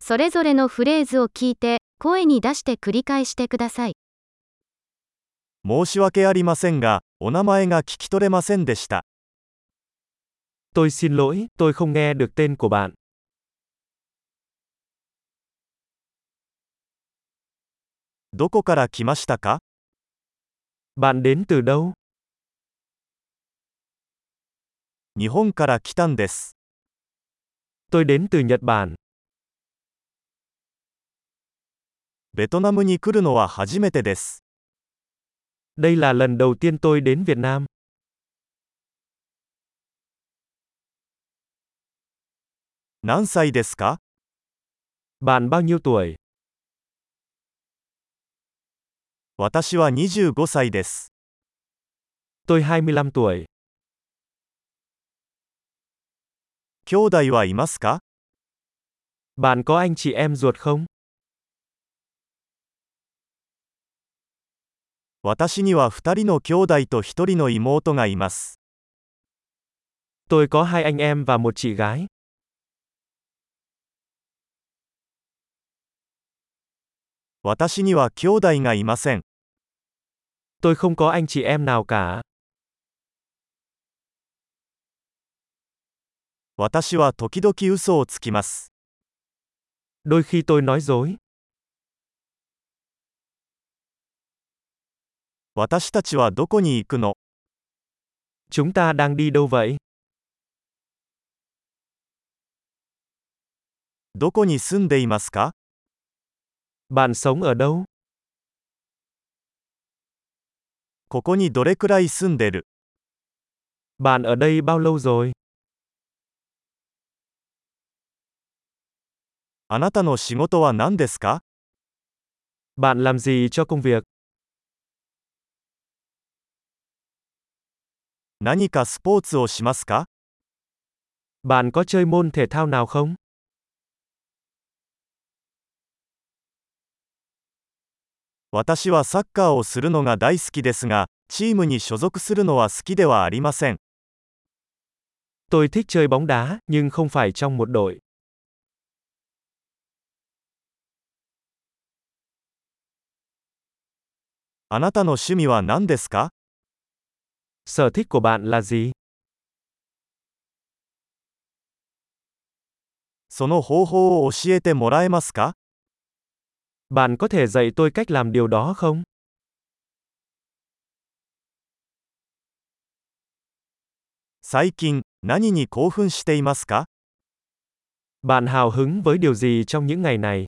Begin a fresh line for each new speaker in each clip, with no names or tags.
それぞれのフレーズを聞いて、声に出して繰り返してください。
申し訳ありませんが、お名前が聞き取れませんでした。
Tôi xin lỗi, tôi không nghe được tên của bạn.
どこから来ましたか
Bạn đến từ đâu?
日本から来たんです。
Tôi đến từ Nhật Bản.
ベトナムに来るのは初めてです。
Đây là lần đầu tiên tôi đến Việt Nam.
何歳ですか
Bạn bao nhiêu tuổi?
私は25歳です。
Tôi 25 tuổi.
兄弟はいますか
Bạn có anh chị em ruột không?
私には2人の兄弟と1人の妹がいます。
Tôi có hai anh em và một chị gái.
私には兄弟がいません。
Tôi không có anh chị em nào cả.
私は時々嘘をつきます。
Đôi khi tôi nói dối.
私たちはどこに行くの
Chúng ta đang đi đâu vậy?
どこに住んでいますか
Bạn sống ở đâu?
ここにどれくらい住んでる
Bạn ở đây bao lâu rồi?
あなたの仕事は何ですか
Bạn làm gì cho công việc?
何かスポーツをしますか
Bạn có chơi môn thể thao nào không?
私はサッカーをするのが大好きですが、チームに所属するのは好きではありません。
Tôi thích chơi bóng đá, nhưng không phải trong một đội.
あなたの趣味は何ですか
Sở thích của bạn là gì?
その方法を教えてもらえますか
Bạn có thể dạy tôi cách làm điều đó không?
最近、何に興奮していますか
Bạn hào hứng với điều gì trong những ngày này?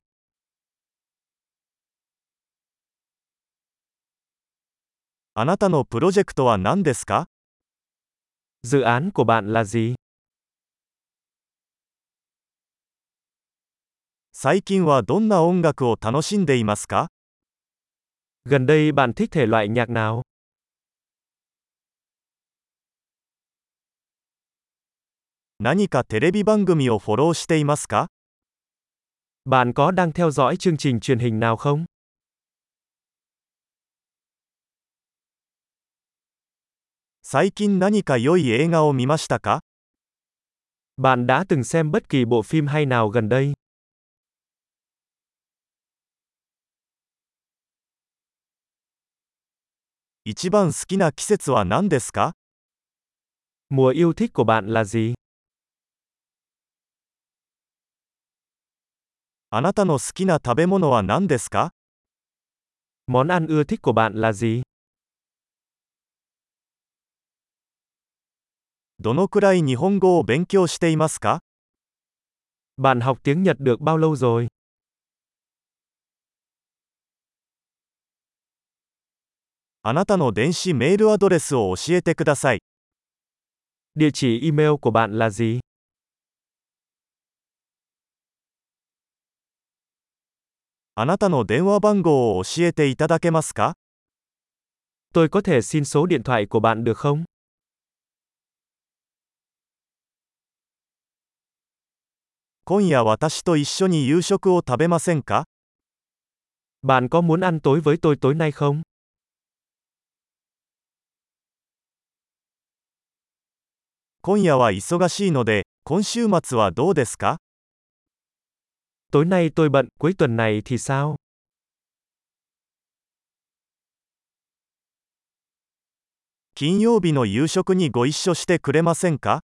あなたのプロジェクトは何ですか
Dự án của bạn là gì?
最近はどんな音楽を楽しんでいますか
Gần đây bạn thích thể loại nhạc nào?
何かテレビ番組をフォローしていますか
Bạn có đang theo dõi chương trình truyền hình nào không?
最近何か良い映画を見ましたか
Bạn đã từng xem bất kỳ bộ phim hay nào gần đây?
一番好きな季節は何ですか
Mùa yêu thích của bạn là gì?
あなたの好きな食べ物は何ですか
Món ăn ưa thích của bạn là gì?
どのくらい日本語を勉強していますか
Bạn học tiếng Nhật được bao lâu rồi?
あなたの電子メールアドレスを教えてください。
Địa chỉ email của bạn là gì?
あなたの電話番号を教えていただけますか
Tôi có thể xin số điện thoại của bạn được không?
今夜私と一緒に夕食を食べませんか
Bạn có muốn ăn tối với tôi tối nay không?
今夜は忙しいので、今週末はどうですか
Tối nay tôi bận, cuối tuần này thì sao?
金曜日の夕食にご一緒してくれませんか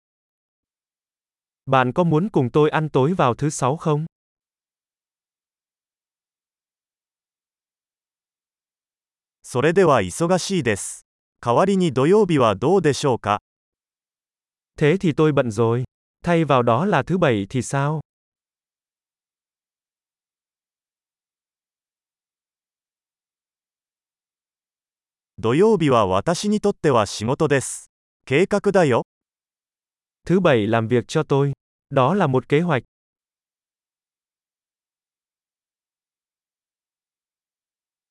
Bạn có muốn cùng tôi ăn tối vào thứ sáu không?
それでは忙しいです。代わりに土曜日はどうでしょうか
Thế thì tôi bận rồi. Thay vào đó là thứ bảy thì sao?
土曜日は私にとっては仕事です。計画だよ。
Thứ bảy làm việc cho tôi. Đó là một kế hoạch.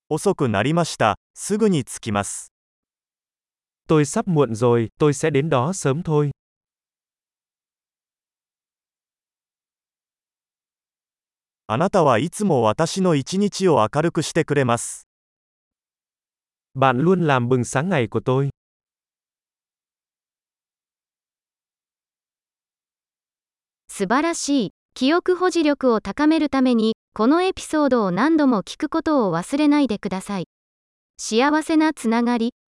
遅くなりました。すぐに着きます。
Tôi sắp muộn rồi, tôi sẽ đến đó sớm thôi.
あなたはいつも私の一日を明るくしてくれます。
Bạn luôn làm bừng sáng ngày của tôi.
素晴らしい。記憶保持力を高めるために、このエピソードを何度も聞くことを忘れないでください。幸せなつながり。